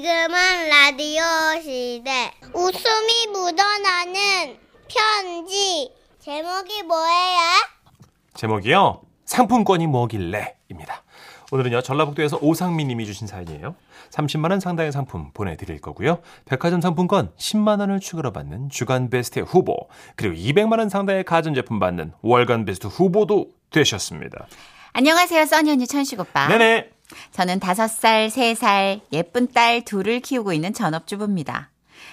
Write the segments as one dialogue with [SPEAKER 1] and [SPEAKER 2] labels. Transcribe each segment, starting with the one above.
[SPEAKER 1] 지금은 라디오 시대. 웃음이 묻어나는 편지. 제목이 뭐예요?
[SPEAKER 2] 제목이요. 상품권이 뭐길래입니다. 오늘은요. 전라북도에서 오상민 님이 주신 사연이에요. 30만 원 상당의 상품 보내 드릴 거고요. 백화점 상품권 10만 원을 추가로 받는 주간 베스트 후보, 그리고 200만 원 상당의 가전 제품 받는 월간 베스트 후보도 되셨습니다.
[SPEAKER 3] 안녕하세요, 써니언니 천식 오빠.
[SPEAKER 2] 네네.
[SPEAKER 3] 저는 5살, 3살, 예쁜 딸 둘을 키우고 있는 전업주부입니다.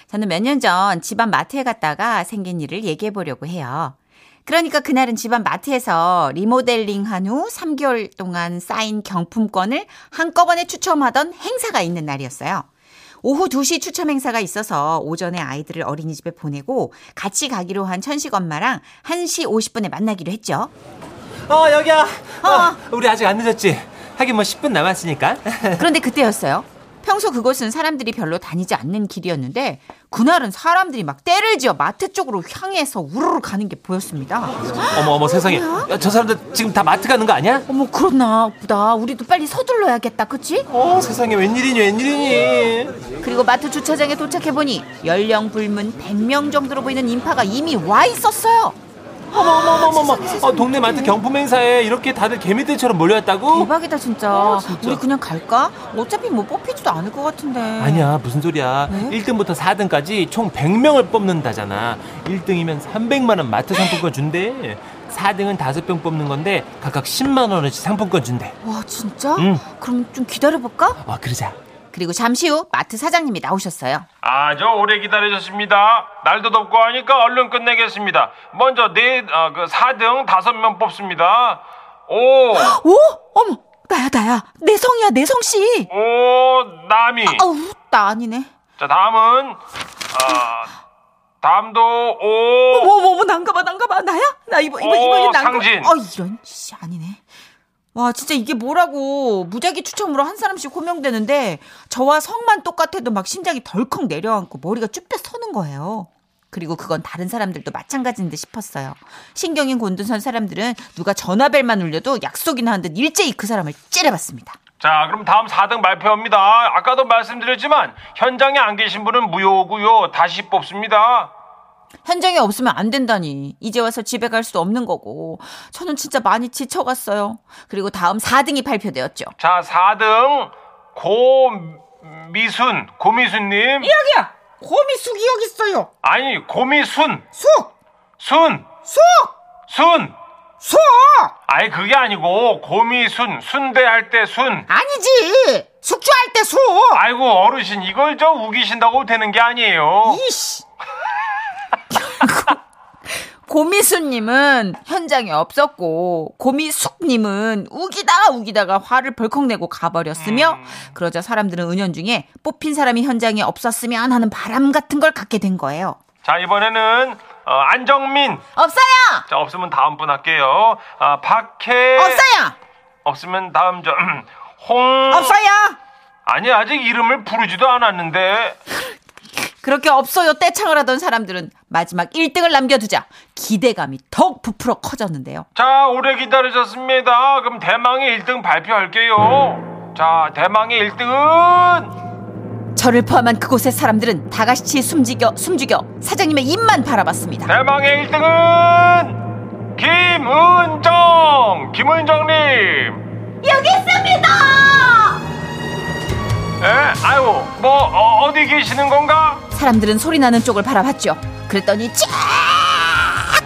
[SPEAKER 3] 저는 몇 년 전 집안 마트에 갔다가 생긴 일을 얘기해 보려고 해요. 그러니까 그날은 집안 마트에서 리모델링 한 후 3개월 동안 쌓인 경품권을 한꺼번에 추첨하던 행사가 있는 날이었어요. 오후 2시 추첨 행사가 있어서 오전에 아이들을 어린이집에 보내고 같이 가기로 한 천식 엄마랑 1시 50분에 만나기로 했죠.
[SPEAKER 2] 어, 여기야. 어, 우리 아직 안 늦었지? 하긴 뭐 10분 남았으니까.
[SPEAKER 3] 그런데 그때였어요. 평소 그곳은 사람들이 별로 다니지 않는 길이었는데 그날은 사람들이 막 때를 지어 마트 쪽으로 향해서 우르르 가는 게 보였습니다.
[SPEAKER 2] 어머 어머 세상에. 야, 저 사람들 지금 다 마트 가는 거 아니야?
[SPEAKER 3] 어머 그렇나 보다. 우리도 빨리 서둘러야겠다. 그치?
[SPEAKER 2] 어, 세상에 웬일이니 웬일이니.
[SPEAKER 3] 그리고 마트 주차장에 도착해보니 연령 불문 100명 정도로 보이는 인파가 이미 와 있었어요.
[SPEAKER 2] 어머 어머 어머 어머. 어, 동네 마트 경품 행사에 이렇게 다들 개미들처럼 몰려왔다고?
[SPEAKER 3] 대박이다 진짜.
[SPEAKER 2] 어,
[SPEAKER 3] 우리 그냥 갈까? 어차피 뭐 뽑히지도 않을 것 같은데.
[SPEAKER 2] 아니야 무슨 소리야
[SPEAKER 4] 네?
[SPEAKER 3] 왜?
[SPEAKER 2] 1등부터 4등까지 총 100명을 뽑는다잖아 1등이면 300만원 마트 상품권 준대 4등은 5병 뽑는 건데 각각 10만원어치 상품권 준대
[SPEAKER 3] 와 진짜?
[SPEAKER 2] 응.
[SPEAKER 3] 그럼 좀 기다려볼까?
[SPEAKER 2] 어 그러자
[SPEAKER 3] 그리고 잠시 후 마트 사장님이 나오셨어요.
[SPEAKER 4] 아주 오래 기다리셨습니다. 날도 덥고 하니까 얼른 끝내겠습니다. 먼저 네, 아, 그 4등 다섯 명 뽑습니다. 오,
[SPEAKER 3] 오! 어머! 나야, 나야. 내 성이야, 내 성씨.
[SPEAKER 4] 오, 남이.
[SPEAKER 3] 아우, 나 아니네.
[SPEAKER 4] 자, 다음은, 아, 다음도 오,
[SPEAKER 3] 어머, 어머, 어머, 난가봐, 난가봐. 나야? 나 이번, 이번,
[SPEAKER 4] 어,
[SPEAKER 3] 이번이 난가
[SPEAKER 4] 상진.
[SPEAKER 3] 아, 이런, 씨, 아니네. 와, 진짜 이게 뭐라고. 무작위 추첨으로 한 사람씩 호명되는데, 저와 성만 똑같아도 막 심장이 덜컥 내려앉고 머리가 쭈뼛 서는 거예요. 그리고 그건 다른 사람들도 마찬가지인 듯 싶었어요. 신경인 곤둔선 사람들은 누가 전화벨만 울려도 약속이나 한 듯 일제히 그 사람을 째려봤습니다.
[SPEAKER 4] 자, 그럼 다음 4등 발표합니다. 아까도 말씀드렸지만, 현장에 안 계신 분은 무효고요 다시 뽑습니다.
[SPEAKER 3] 현장에 없으면 안 된다니. 이제 와서 집에 갈 수도 없는 거고. 저는 진짜 많이 지쳐갔어요. 그리고 다음 4등이 발표되었죠.
[SPEAKER 4] 자, 4등, 고미순, 고미순님.
[SPEAKER 3] 여기야! 고미숙이 여기 있어요!
[SPEAKER 4] 아니, 고미순,
[SPEAKER 3] 수!
[SPEAKER 4] 순,
[SPEAKER 3] 수!
[SPEAKER 4] 순.
[SPEAKER 3] 수!
[SPEAKER 4] 아니 그게 아니고 고미순 순대할 때
[SPEAKER 3] 어.
[SPEAKER 4] 순
[SPEAKER 3] 아니지! 숙주할 때 수!
[SPEAKER 4] 아이고 어르신 이걸 저 우기신다고 되는 게 아니에요
[SPEAKER 3] 이씨! 고미수님은 현장에 없었고, 고미숙님은 우기다가 우기다가 화를 벌컥 내고 가버렸으며, 그러자 사람들은 은연중에 뽑힌 사람이 현장에 없었으면 하는 바람 같은 걸 갖게 된 거예요.
[SPEAKER 4] 자 이번에는 어, 안정민
[SPEAKER 3] 없어요!
[SPEAKER 4] 자 없으면 다음 분 할게요 아 박해
[SPEAKER 3] 없어요!
[SPEAKER 4] 없으면 다음 저홍
[SPEAKER 3] 없어요!
[SPEAKER 4] 아니 아직 이름을 부르지도 않았는데
[SPEAKER 3] 그렇게 없어요 떼창을 하던 사람들은 마지막 1등을 남겨두자 기대감이 더욱 부풀어 커졌는데요.
[SPEAKER 4] 자 오래 기다리셨습니다 그럼 대망의 1등 발표할게요 자 대망의 1등은
[SPEAKER 3] 저를 포함한 그곳의 사람들은 다같이 숨지겨 숨죽여 사장님의 입만 바라봤습니다.
[SPEAKER 4] 대망의 1등은 김은정 김은정님
[SPEAKER 3] 여기 있습니다!
[SPEAKER 4] 에? 아이고 뭐 어, 디 계시는 건가?
[SPEAKER 3] 사람들은 소리 나는 쪽을 바라봤죠. 그랬더니 쫙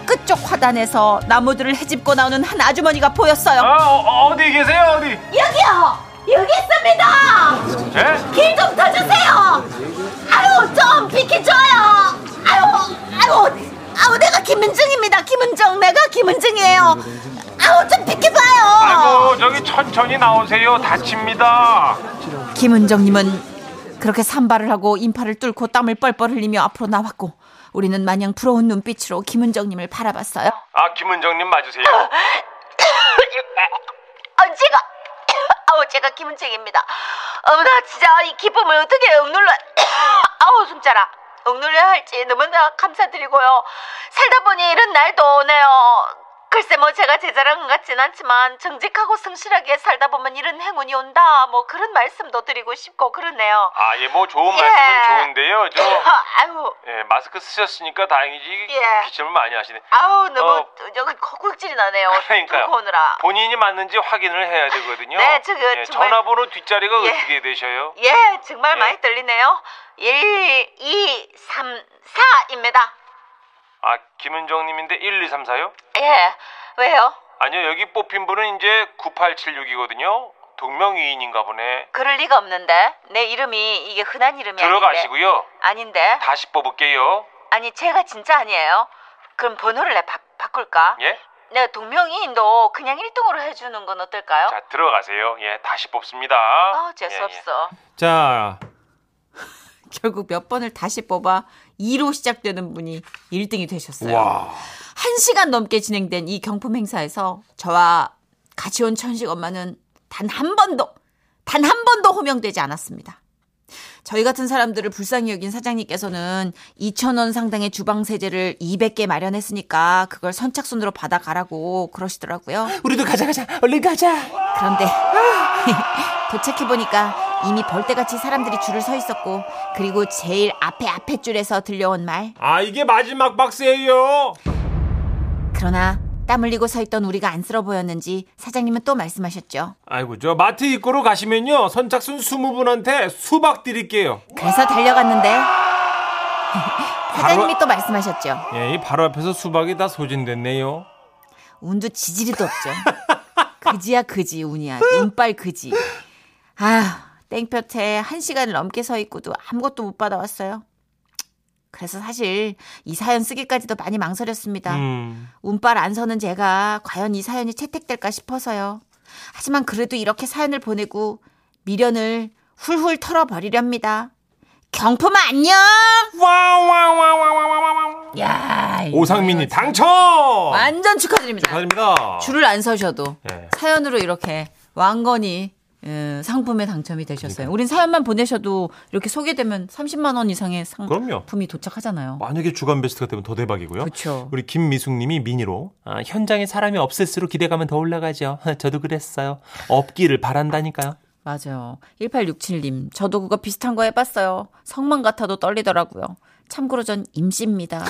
[SPEAKER 3] 끝쪽 화단에서 나무들을 헤집고 나오는 한 아주머니가
[SPEAKER 4] 아,
[SPEAKER 3] 보였어요.
[SPEAKER 4] 어, 디 계세요 어디?
[SPEAKER 3] 여기요! 여기 있습니다!
[SPEAKER 4] 에?
[SPEAKER 3] 길 좀 터주세요. 아유 좀 비켜줘요. 아유 아유 아유 내가 김은정입니다. 김은정 내가 김은정이에요. 아유 좀 비켜봐요.
[SPEAKER 4] 아이고 저기 천천히 나오세요 다칩니다
[SPEAKER 3] 김은정님은 그렇게 산발을 하고 인파를 뚫고 땀을 뻘뻘 흘리며 앞으로 나왔고 우리는 마냥 부러운 눈빛으로 김은정님을 바라봤어요.
[SPEAKER 4] 아 김은정님 맞으세요?
[SPEAKER 5] 아, 제가 아우 제가 김은채입니다. 어머 나 진짜 이 기쁨을 어떻게 억눌러 아우 숨차라 억눌려야 할지 너무나 감사드리고요. 살다 보니 이런 날도 오네요. 글쎄 뭐 제가 제자랑 같진 않지만 정직하고 성실하게 살다 보면 이런 행운이 온다 뭐 그런 말씀도 드리고 싶고 그러네요.
[SPEAKER 4] 아, 예, 뭐 좋은
[SPEAKER 5] 예.
[SPEAKER 4] 말씀은 좋은데요. 저
[SPEAKER 5] 아유
[SPEAKER 4] 예, 마스크 쓰셨으니까 다행이지
[SPEAKER 5] 예.
[SPEAKER 4] 기침을 많이 하시네.
[SPEAKER 5] 아우 너무
[SPEAKER 4] 어.
[SPEAKER 5] 여기 코골질이 나네요.
[SPEAKER 4] 그러니까요.
[SPEAKER 5] 들고 오느라.
[SPEAKER 4] 본인이 맞는지 확인을 해야 되거든요.
[SPEAKER 5] 네, 저 그
[SPEAKER 4] 예,
[SPEAKER 5] 정말-
[SPEAKER 4] 전화번호 뒷자리가
[SPEAKER 5] 예.
[SPEAKER 4] 어떻게 되셔요?
[SPEAKER 5] 예, 정말
[SPEAKER 4] 예.
[SPEAKER 5] 많이 떨리네요. 1, 2, 3, 4입니다.
[SPEAKER 4] 아, 김은정님인데 1, 2, 3, 4요?
[SPEAKER 5] 예, 왜요?
[SPEAKER 4] 아니요, 여기 뽑힌 분은 이제 9876이거든요. 동명이인인가 보네.
[SPEAKER 5] 그럴 리가 없는데 내 이름이 이게 흔한 이름이 아닌데.
[SPEAKER 4] 들어가시고요.
[SPEAKER 5] 아닌데
[SPEAKER 4] 다시 뽑을게요.
[SPEAKER 5] 아니 제가 진짜 아니에요. 그럼 번호를 내 바, 바꿀까?
[SPEAKER 4] 예?
[SPEAKER 5] 내가 동명이인도 그냥 1등으로 해주는 건 어떨까요?
[SPEAKER 4] 자, 들어가세요. 예, 다시 뽑습니다.
[SPEAKER 5] 아 재수
[SPEAKER 4] 예, 예.
[SPEAKER 5] 없어.
[SPEAKER 2] 자,
[SPEAKER 3] 결국 몇 번을 다시 뽑아 2로 시작되는 분이 1등이 되셨어요.
[SPEAKER 2] 와.
[SPEAKER 3] 한시간 넘게 진행된 이 경품 행사에서 저와 같이 온 천식 엄마는 단 한 번도, 단 한 번도 호명되지 않았습니다. 저희 같은 사람들을 불쌍히 여긴 사장님께서는 2,000원 상당의 주방세제를 200개 마련했으니까 그걸 선착순으로 받아가라고 그러시더라고요.
[SPEAKER 2] 우리도 가자 가자. 얼른 가자.
[SPEAKER 3] 그런데 도착해 보니까 이미 벌떼같이 사람들이 줄을 서 있었고 그리고 제일 앞에 앞에 줄에서 들려온 말
[SPEAKER 4] 아, 이게 마지막 박스예요.
[SPEAKER 3] 그러나 땀 흘리고 서 있던 우리가 안쓰러 보였는지 사장님은 또 말씀하셨죠.
[SPEAKER 2] 아이고, 저 마트 입구로 가시면요. 선착순 20분한테 수박 드릴게요.
[SPEAKER 3] 그래서 달려갔는데 사장님이 또 말씀하셨죠.
[SPEAKER 2] 예, 이 바로 앞에서 수박이 다 소진됐네요.
[SPEAKER 3] 운도 지지리도 없죠. 그지야 그지 운이야 운빨 그지. 아 땡볕에 한 시간을 넘게 서 있고도 아무것도 못 받아왔어요. 그래서 사실 이 사연 쓰기까지도 많이 망설였습니다.
[SPEAKER 2] 음.
[SPEAKER 3] 운빨 안 서는 제가 과연 이 사연이 채택될까 싶어서요. 하지만 그래도 이렇게 사연을 보내고 미련을 훌훌 털어버리렵니다. 경품 안녕!
[SPEAKER 2] 와와와와와와와.
[SPEAKER 3] 야
[SPEAKER 2] 오상민이 당첨!
[SPEAKER 3] 완전 축하드립니다.
[SPEAKER 2] 축하드립니다.
[SPEAKER 3] 줄을 안 서셔도
[SPEAKER 2] 예.
[SPEAKER 3] 사연으로 이렇게 왕건이 음, 상품에 당첨이 되셨어요. 우린 사연만 보내셔도 이렇게 소개되면 30만 원 이상의
[SPEAKER 2] 그럼요.
[SPEAKER 3] 상품이 도착하잖아요.
[SPEAKER 2] 만약에 주간 베스트가 되면 더 대박이고요.
[SPEAKER 3] 그쵸.
[SPEAKER 2] 우리 김미숙님이 미니로 아, 현장에 사람이 없을수록 기대감은 더 올라가죠. 저도 그랬어요. 없기를 바란다니까요.
[SPEAKER 3] 맞아요. 1867님, 저도 그거 비슷한 거 해봤어요. 성만 같아도 떨리더라고요. 참고로 전 임시입니다.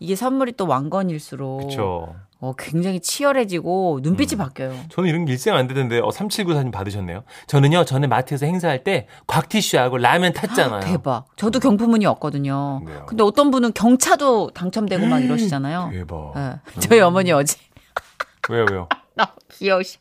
[SPEAKER 3] 이게 선물이 또 왕건일수록
[SPEAKER 2] 그렇죠.
[SPEAKER 3] 어, 굉장히 치열해지고 눈빛이
[SPEAKER 2] 음.
[SPEAKER 3] 바뀌어요.
[SPEAKER 2] 저는 이런 게 일생 안 되던데 어, 3794님 받으셨네요. 저는요 전에 마트에서 행사할 때 곽티슈하고 라면 탔잖아요.
[SPEAKER 3] 대박. 저도 경품운이 없거든요.
[SPEAKER 2] 그래요? 음.
[SPEAKER 3] 근데 어떤 분은 경차도 당첨되고 막 이러시잖아요.
[SPEAKER 2] 대박.
[SPEAKER 3] 예.
[SPEAKER 2] 음.
[SPEAKER 3] 저희 어머니 어제
[SPEAKER 2] 왜요 왜요?
[SPEAKER 3] 너무 어, 귀여우셔.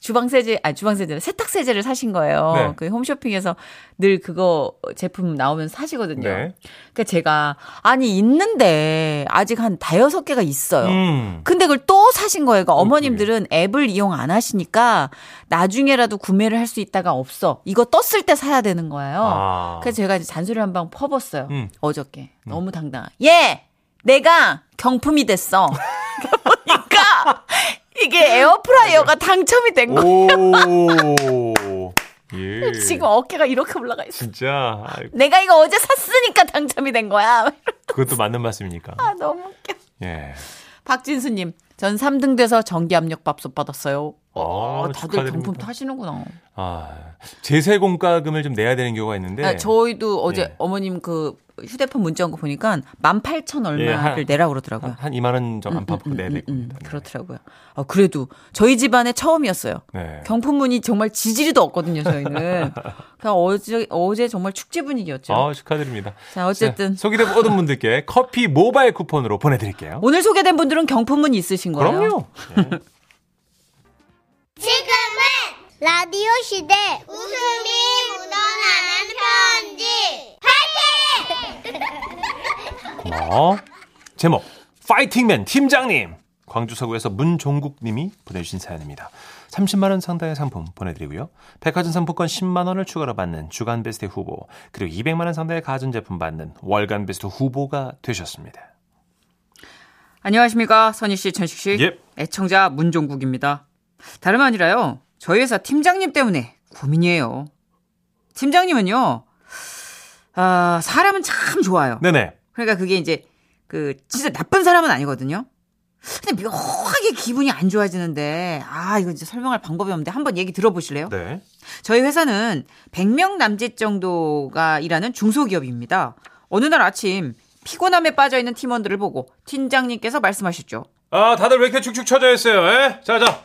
[SPEAKER 3] 주방세제, 아, 주방세제, 세탁세제를 사신 거예요.
[SPEAKER 2] 네.
[SPEAKER 3] 그 홈쇼핑에서 늘 그거 제품 나오면 사시거든요.
[SPEAKER 2] 네.
[SPEAKER 3] 그러니까 제가, 아니, 있는데, 아직 한 다여섯 개가 있어요.
[SPEAKER 2] 음.
[SPEAKER 3] 근데 그걸 또 사신 거예요. 그러니까 어머님들은 앱을 이용 안 하시니까 나중에라도 구매를 할 수 있다가 없어. 이거 떴을 때 사야 되는 거예요.
[SPEAKER 2] 아.
[SPEAKER 3] 그래서 제가 이제 잔소리 한 방 퍼봤어요.
[SPEAKER 2] 음.
[SPEAKER 3] 어저께. 너무 당당하. 예! 내가 경품이 됐어. 그러니까 이게 에어프라이어가 당첨이 된 거.
[SPEAKER 2] 오. 예.
[SPEAKER 3] 지금 어깨가 이렇게 올라가 있어.
[SPEAKER 2] 진짜 아이고,
[SPEAKER 3] 내가 이거 어제 샀으니까 당첨이 된 거야.
[SPEAKER 2] 그것도 맞는 말씀이니까.
[SPEAKER 3] 아, 너무 웃겨.
[SPEAKER 2] 예.
[SPEAKER 3] 박진수님, 전 3등 돼서 전기압력밥솥 받았어요.
[SPEAKER 2] 어,
[SPEAKER 3] 어, 다들
[SPEAKER 2] 축하드립니다.
[SPEAKER 3] 경품 타시는구나.
[SPEAKER 2] 아, 제세 공과금을 좀 내야 되는 경우가 있는데.
[SPEAKER 3] 아, 저희도 어제
[SPEAKER 2] 예.
[SPEAKER 3] 어머님 그 휴대폰 문자 온 거 보니까 18,000 얼마를
[SPEAKER 2] 예, 한-
[SPEAKER 3] 내라고 그러더라고요.
[SPEAKER 2] 한, 한 2만 원 좀 안팎으로 내야 될
[SPEAKER 3] 음,
[SPEAKER 2] 겁니다. 네.
[SPEAKER 3] 그렇더라고요. 어, 그래도 저희 집안에 처음이었어요.
[SPEAKER 2] 네.
[SPEAKER 3] 경품문이 정말 지지리도 없거든요, 저희는. 그냥 어제, 어제 정말 축제 분위기였죠.
[SPEAKER 2] 아, 축하드립니다.
[SPEAKER 3] 자, 어쨌든.
[SPEAKER 2] 자, 소개된 모든 분들께 커피 모바일 쿠폰으로 보내드릴게요.
[SPEAKER 3] 오늘 소개된 분들은 경품문이 있으신 거예요.
[SPEAKER 2] 그럼요. 예.
[SPEAKER 1] 지금은 라디오 시대 웃음이 묻어나는 편지
[SPEAKER 2] 고마워. 어? 제목 파이팅맨 팀장님 광주 서구에서 문종국 님이 보내주신 사연입니다. 30만 원 상당의 상품 보내드리고요. 백화점 상품권 10만 원을 추가로 받는 주간 베스트 후보 그리고 200만 원 상당의 가전제품 받는 월간 베스트 후보가 되셨습니다.
[SPEAKER 6] 안녕하십니까 선희 씨, 천식 씨.
[SPEAKER 2] 예.
[SPEAKER 6] 애청자 문종국입니다. 다름 아니라요. 저희 회사 팀장님 때문에 고민이에요. 팀장님은요. 아, 사람은 참 좋아요.
[SPEAKER 2] 네네.
[SPEAKER 6] 그러니까 그게 이제 그 진짜 나쁜 사람은 아니거든요.
[SPEAKER 3] 근데 묘하게 기분이 안 좋아지는데 아 이거 이제 설명할 방법이 없는데 한번 얘기 들어보실래요?
[SPEAKER 2] 네.
[SPEAKER 3] 저희 회사는 100명 남짓 정도가 일하는 중소기업입니다. 어느 날 아침 피곤함에 빠져 있는 팀원들을 보고 팀장님께서 말씀하셨죠.
[SPEAKER 4] 아, 다들 왜 이렇게 축축 처져 있어요? 에? 자, 자.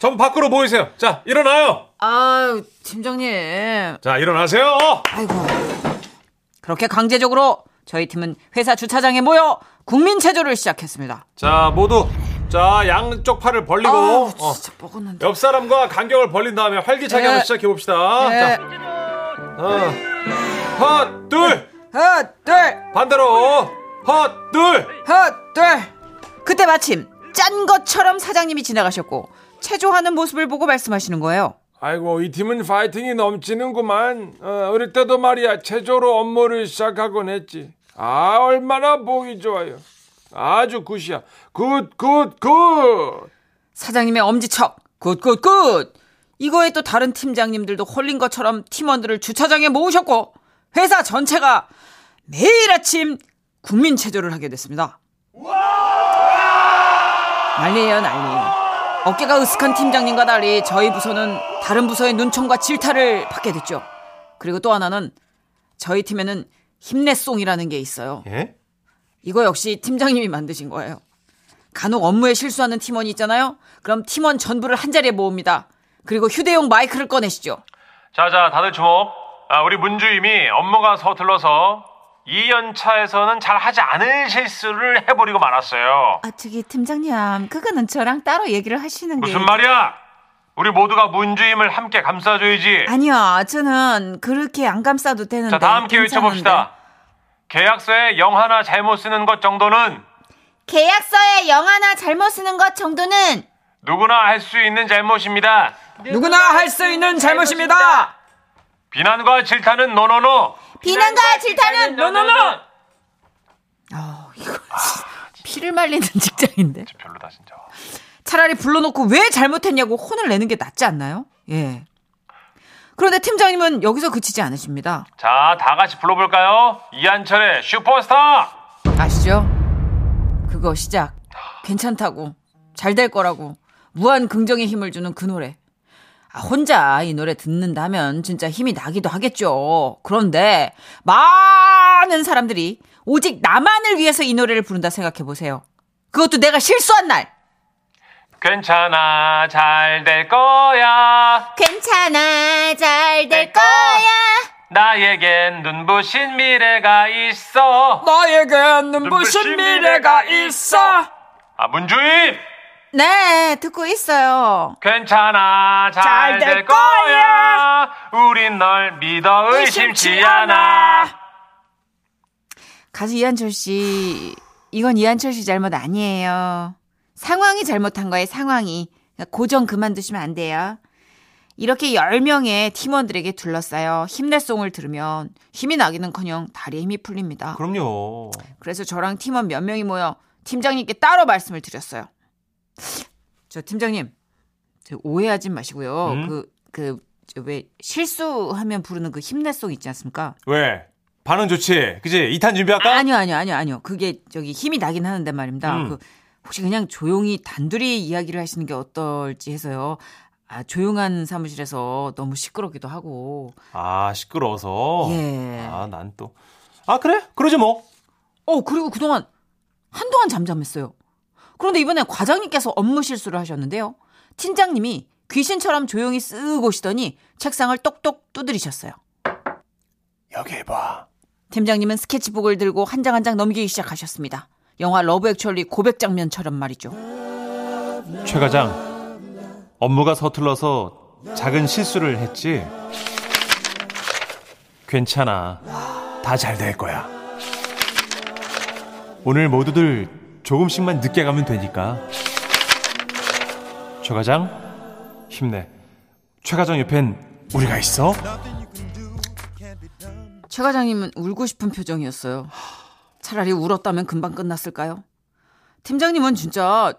[SPEAKER 4] 전부 밖으로 보이세요. 자, 일어나요.
[SPEAKER 3] 아 팀장님,
[SPEAKER 4] 자, 일어나세요. 어.
[SPEAKER 3] 아이고 그렇게 강제적으로 저희 팀은 회사 주차장에 모여 국민 체조를 시작했습니다.
[SPEAKER 4] 자, 모두 자, 양쪽 팔을 벌리고
[SPEAKER 3] 아우,
[SPEAKER 4] 어,
[SPEAKER 3] 진짜 뻐근한데.
[SPEAKER 4] 옆 사람과 간격을 벌린 다음에 활기차게
[SPEAKER 3] 예.
[SPEAKER 4] 한번 시작해 봅시다.
[SPEAKER 3] 예.
[SPEAKER 4] 아, 자. 어. 헛, 둘.
[SPEAKER 3] 하나 둘.
[SPEAKER 4] 반대로. 헛, 둘.
[SPEAKER 3] 하나, 둘. 그때 마침 짠 것처럼 사장님이 지나가셨고 체조하는 모습을 보고 말씀하시는 거예요.
[SPEAKER 4] 아이고 이 팀은 파이팅이 넘치는구만 어, 어릴 때도 말이야 체조로 업무를 시작하곤 했지 아 얼마나 보기 좋아요 아주 굿이야 굿굿굿
[SPEAKER 3] 사장님의 엄지척 굿굿굿. 이거에 또 다른 팀장님들도 홀린 것처럼 팀원들을 주차장에 모으셨고 회사 전체가 매일 아침 국민 체조를 하게 됐습니다. 난리예요 난리. 어깨가 으스한 팀장님과 달리 저희 부서는 다른 부서의 눈총과 질타를 받게 됐죠. 그리고 또 하나는 저희 팀에는 힘내송이라는 게 있어요.
[SPEAKER 2] 예?
[SPEAKER 3] 이거 역시 팀장님이 만드신 거예요. 간혹 업무에 실수하는 팀원이 있잖아요. 그럼 팀원 전부를 한 자리에 모읍니다. 그리고 휴대용 마이크를 꺼내시죠.
[SPEAKER 4] 자자 다들 주목 아, 우리 문주임이 업무가 서툴러서 2연차에서는 잘 하지 않을 실수를 해버리고 말았어요
[SPEAKER 7] 아, 저기 팀장님, 그거는 저랑 따로 얘기를 하시는 게
[SPEAKER 4] 무슨 말이야 우리 모두가 문주임을 함께 감싸줘야지
[SPEAKER 7] 아니요, 저는 그렇게 안 감싸도 되는데.
[SPEAKER 4] 자, 다 함께
[SPEAKER 7] 네, 괜찮은데.
[SPEAKER 4] 외쳐봅시다. 계약서에 영 하나 잘못 쓰는 것 정도는
[SPEAKER 7] 계약서에 영 하나 잘못 쓰는 것 정도는
[SPEAKER 4] 누구나 할 수 있는 잘못입니다.
[SPEAKER 3] 누구나 할 수 있는 잘못입니다.
[SPEAKER 4] 비난과 질타는 노노노.
[SPEAKER 7] 비난과 질타는 노노노.
[SPEAKER 3] 피를 말리는 직장인데.
[SPEAKER 4] 진짜 별로다 진짜.
[SPEAKER 3] 차라리 불러놓고 왜 잘못했냐고 혼을 내는 게 낫지 않나요? 예. 그런데 팀장님은 여기서 그치지 않으십니다.
[SPEAKER 4] 자, 다 같이 불러볼까요? 이한철의 슈퍼스타.
[SPEAKER 3] 아시죠? 그거 시작. 괜찮다고. 잘 될 거라고. 무한 긍정의 힘을 주는 그 노래. 아, 혼자 이 노래 듣는다면 진짜 힘이 나기도 하겠죠. 그런데 많은 사람들이 오직 나만을 위해서 이 노래를 부른다 생각해 보세요. 그것도 내가 실수한 날.
[SPEAKER 4] 괜찮아, 잘 될 거야.
[SPEAKER 7] 괜찮아, 잘 될
[SPEAKER 4] 될
[SPEAKER 7] 거야.
[SPEAKER 4] 나에겐 눈부신 미래가 있어.
[SPEAKER 3] 나에겐
[SPEAKER 4] 눈부신 미래가 있어. 아, 문주임.
[SPEAKER 7] 네, 듣고 있어요.
[SPEAKER 4] 괜찮아, 잘
[SPEAKER 3] 잘될
[SPEAKER 4] 될 거야. 우린 널 믿어 의심치 않아.
[SPEAKER 7] 가수 이한철 씨, 이건 이한철 씨 잘못 아니에요. 상황이 잘못한 거예요, 상황이. 그러니까 고정 그만두시면 안 돼요. 이렇게 10명의 팀원들에게 둘러싸여 힘내송을 들으면 힘이 나기는커녕 다리에 힘이 풀립니다.
[SPEAKER 2] 그럼요.
[SPEAKER 3] 그래서 저랑 팀원 몇 명이 모여 팀장님께 따로 말씀을 드렸어요. 저 팀장님, 저 오해하지 마시고요.
[SPEAKER 2] 음?
[SPEAKER 3] 그 그 왜 실수하면 부르는 그 힘내송 있지 않습니까?
[SPEAKER 2] 왜? 반응 좋지? 그지? 2탄 준비할까?
[SPEAKER 3] 아니요, 아니요, 아니요, 아니요. 그게 저기 힘이 나긴 하는데 말입니다.
[SPEAKER 2] 음.
[SPEAKER 3] 그 혹시 그냥 조용히 단둘이 이야기를 하시는 게 어떨지 해서요. 아, 조용한 사무실에서 너무 시끄럽기도 하고.
[SPEAKER 2] 아, 시끄러워서.
[SPEAKER 3] 예.
[SPEAKER 2] 아, 난 또. 아, 그래? 그러지 뭐.
[SPEAKER 3] 어, 그리고 그동안 한동안 잠잠했어요. 그런데 이번에 과장님께서 업무 실수를 하셨는데요. 팀장님이 귀신처럼 조용히 쓱 오시더니 책상을 똑똑 두드리셨어요.
[SPEAKER 2] 여기 봐.
[SPEAKER 3] 팀장님은 스케치북을 들고 한 장 한 장 넘기기 시작하셨습니다. 영화 러브 액츄얼리 고백 장면처럼 말이죠.
[SPEAKER 2] 최 과장. 업무가 서툴러서 작은 실수를 했지. 괜찮아. 다 잘 될 거야. 오늘 모두들 조금씩만 늦게 가면 되니까. 최 과장, 힘내. 최 과장 옆엔 우리가 있어.
[SPEAKER 3] 최 과장님은 울고 싶은 표정이었어요. 차라리 울었다면 금방 끝났을까요? 팀장님은 진짜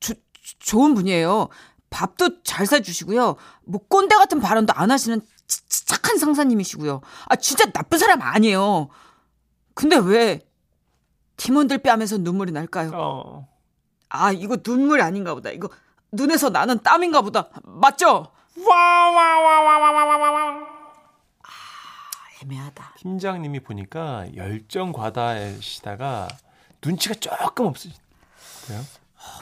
[SPEAKER 3] 조- 조- 좋은 분이에요. 밥도 잘 사주시고요. 뭐 꼰대 같은 발언도 안 하시는 치- 치- 착한 상사님이시고요. 아 진짜 나쁜 사람 아니에요. 근데 왜 팀원들 뺨에서 눈물이 날까요?
[SPEAKER 2] 어.
[SPEAKER 3] 아, 이거 눈물 아닌가 보다. 이거 눈에서 나는 땀인가 보다. 맞죠?
[SPEAKER 4] 와와와와와와와와
[SPEAKER 3] 애매하다.
[SPEAKER 2] 팀장님이 보니까 열정 과다시다가 눈치가 조금 없으시.
[SPEAKER 3] 어,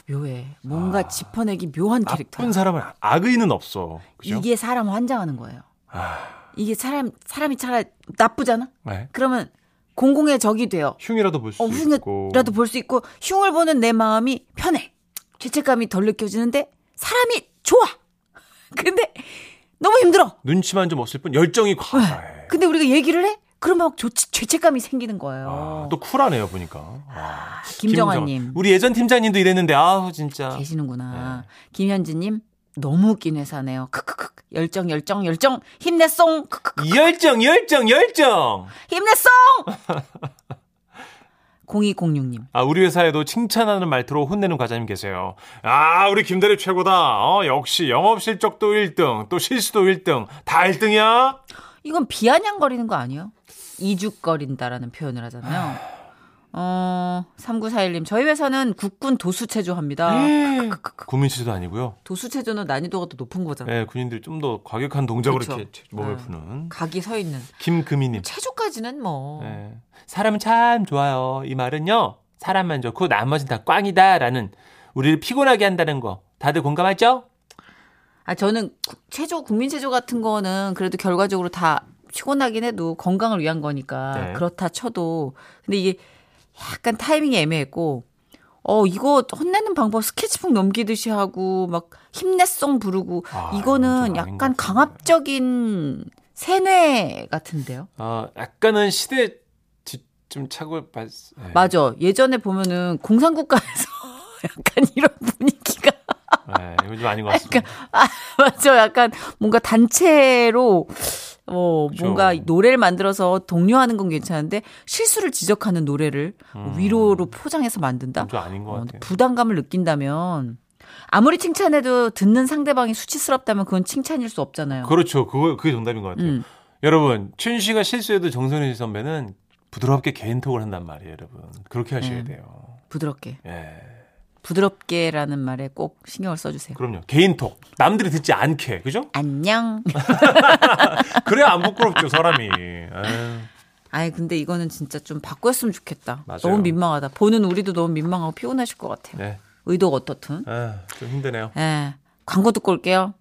[SPEAKER 3] 묘해. 뭔가 짚어내기 묘한 캐릭터.
[SPEAKER 2] 아. 나쁜 사람은 악의는 없어. 그죠?
[SPEAKER 3] 이게 사람 환장하는 거예요.
[SPEAKER 2] 아,
[SPEAKER 3] 이게 사람 사람이 차라리 나쁘잖아.
[SPEAKER 2] 네.
[SPEAKER 3] 그러면 공공의 적이 돼요.
[SPEAKER 2] 흉이라도 볼 수
[SPEAKER 3] 어,
[SPEAKER 2] 있고.
[SPEAKER 3] 흉이라도 볼 수 있고 흉을 보는 내 마음이 편해. 죄책감이 덜 느껴지는데 사람이 좋아. 근데 너무 힘들어.
[SPEAKER 2] 눈치만 좀 없을 뿐 열정이 과해.
[SPEAKER 3] 근데 우리가 얘기를 해? 그럼 막 조치, 죄책감이 생기는 거예요.
[SPEAKER 2] 아, 또 쿨하네요 보니까. 아,
[SPEAKER 3] 김정환님
[SPEAKER 2] 김정환. 우리 예전 팀장님도 이랬는데 아우 진짜. 네.
[SPEAKER 3] 계시는구나. 김현진님 너무 웃긴 회사네요. 크크크 열정 열정 열정 힘내송 크크크
[SPEAKER 2] 열정 열정 열정.
[SPEAKER 3] 힘내송. 0206님
[SPEAKER 2] 아 우리 회사에도 칭찬하는 말투로 혼내는 과장님 계세요. 아 우리 김대리 최고다. 어 역시 영업 실적도 1등, 또 실수도 1등, 다 1등이야.
[SPEAKER 3] 이건 비아냥거리는 거 아니에요? 이죽거린다라는 표현을 하잖아요. 어, 3941님, 저희 회사는 국군 도수체조 합니다. 크크크크.
[SPEAKER 2] 구민 씨도 아니고요.
[SPEAKER 3] 도수체조는 난이도가 더 높은 거잖아요.
[SPEAKER 2] 예, 군인들이 좀 더 과격한 동작으로
[SPEAKER 3] 그쵸.
[SPEAKER 2] 이렇게 몸을
[SPEAKER 3] 네.
[SPEAKER 2] 푸는
[SPEAKER 3] 각이 서 있는.
[SPEAKER 2] 김금희님.
[SPEAKER 3] 체조까지는 뭐.
[SPEAKER 2] 예. 사람은 참 좋아요. 이 말은요. 사람만 좋고 나머진 다 꽝이다라는 우리를 피곤하게 한다는 거 다들 공감하죠?
[SPEAKER 3] 아, 저는 구- 체조, 국민체조 같은 거는 그래도 결과적으로 다 피곤하긴 해도 건강을 위한 거니까
[SPEAKER 2] 네.
[SPEAKER 3] 그렇다 쳐도. 근데 이게 약간 타이밍이 애매했고, 어, 이거 혼내는 방법 스케치북 넘기듯이 하고, 막 힘내송 부르고,
[SPEAKER 2] 아, 이건
[SPEAKER 3] 이거는
[SPEAKER 2] 좀 아닌 것
[SPEAKER 3] 약간
[SPEAKER 2] 같은데.
[SPEAKER 3] 강압적인 세뇌 같은데요?
[SPEAKER 2] 어, 약간은 시대 뒤- 좀 차고 봤. 예.
[SPEAKER 3] 맞아. 예전에 보면은 공산국가에서 약간 이런 분위기가
[SPEAKER 2] 예, 이건 좀 아닌 것 같습니다.
[SPEAKER 3] 그러니까 아, 맞죠. 약간 뭔가 단체로 어,
[SPEAKER 2] 그죠.
[SPEAKER 3] 뭔가 노래를 만들어서 독려하는 건 괜찮은데 실수를 지적하는 노래를
[SPEAKER 2] 음.
[SPEAKER 3] 위로로 포장해서 만든다.
[SPEAKER 2] 좀 아닌 것
[SPEAKER 3] 어,
[SPEAKER 2] 같아요.
[SPEAKER 3] 부담감을 느낀다면 아무리 칭찬해도 듣는 상대방이 수치스럽다면 그건 칭찬일 수 없잖아요.
[SPEAKER 2] 그렇죠. 그거 그게 정답인 것 같아요.
[SPEAKER 3] 음.
[SPEAKER 2] 여러분, 춘 씨가 실수해도 정선희 선배는 부드럽게 개인톡을 한단 말이에요, 여러분. 그렇게 하셔야
[SPEAKER 3] 음.
[SPEAKER 2] 돼요.
[SPEAKER 3] 부드럽게.
[SPEAKER 2] 예.
[SPEAKER 3] 부드럽게라는 말에 꼭 신경을 써 주세요.
[SPEAKER 2] 그럼요. 개인톡. 남들이 듣지 않게. 그죠?
[SPEAKER 3] 안녕.
[SPEAKER 2] 그래야 안 부끄럽죠, 사람이. 아, 에휴.
[SPEAKER 3] 아이 근데 이거는 진짜 좀 바꿨으면 좋겠다.
[SPEAKER 2] 맞아요.
[SPEAKER 3] 너무 민망하다. 보는 우리도 너무 민망하고 피곤하실 것 같아요.
[SPEAKER 2] 네.
[SPEAKER 3] 의도가 어떻든.
[SPEAKER 2] 아, 좀 힘드네요.
[SPEAKER 3] 예. 광고 듣고 올게요.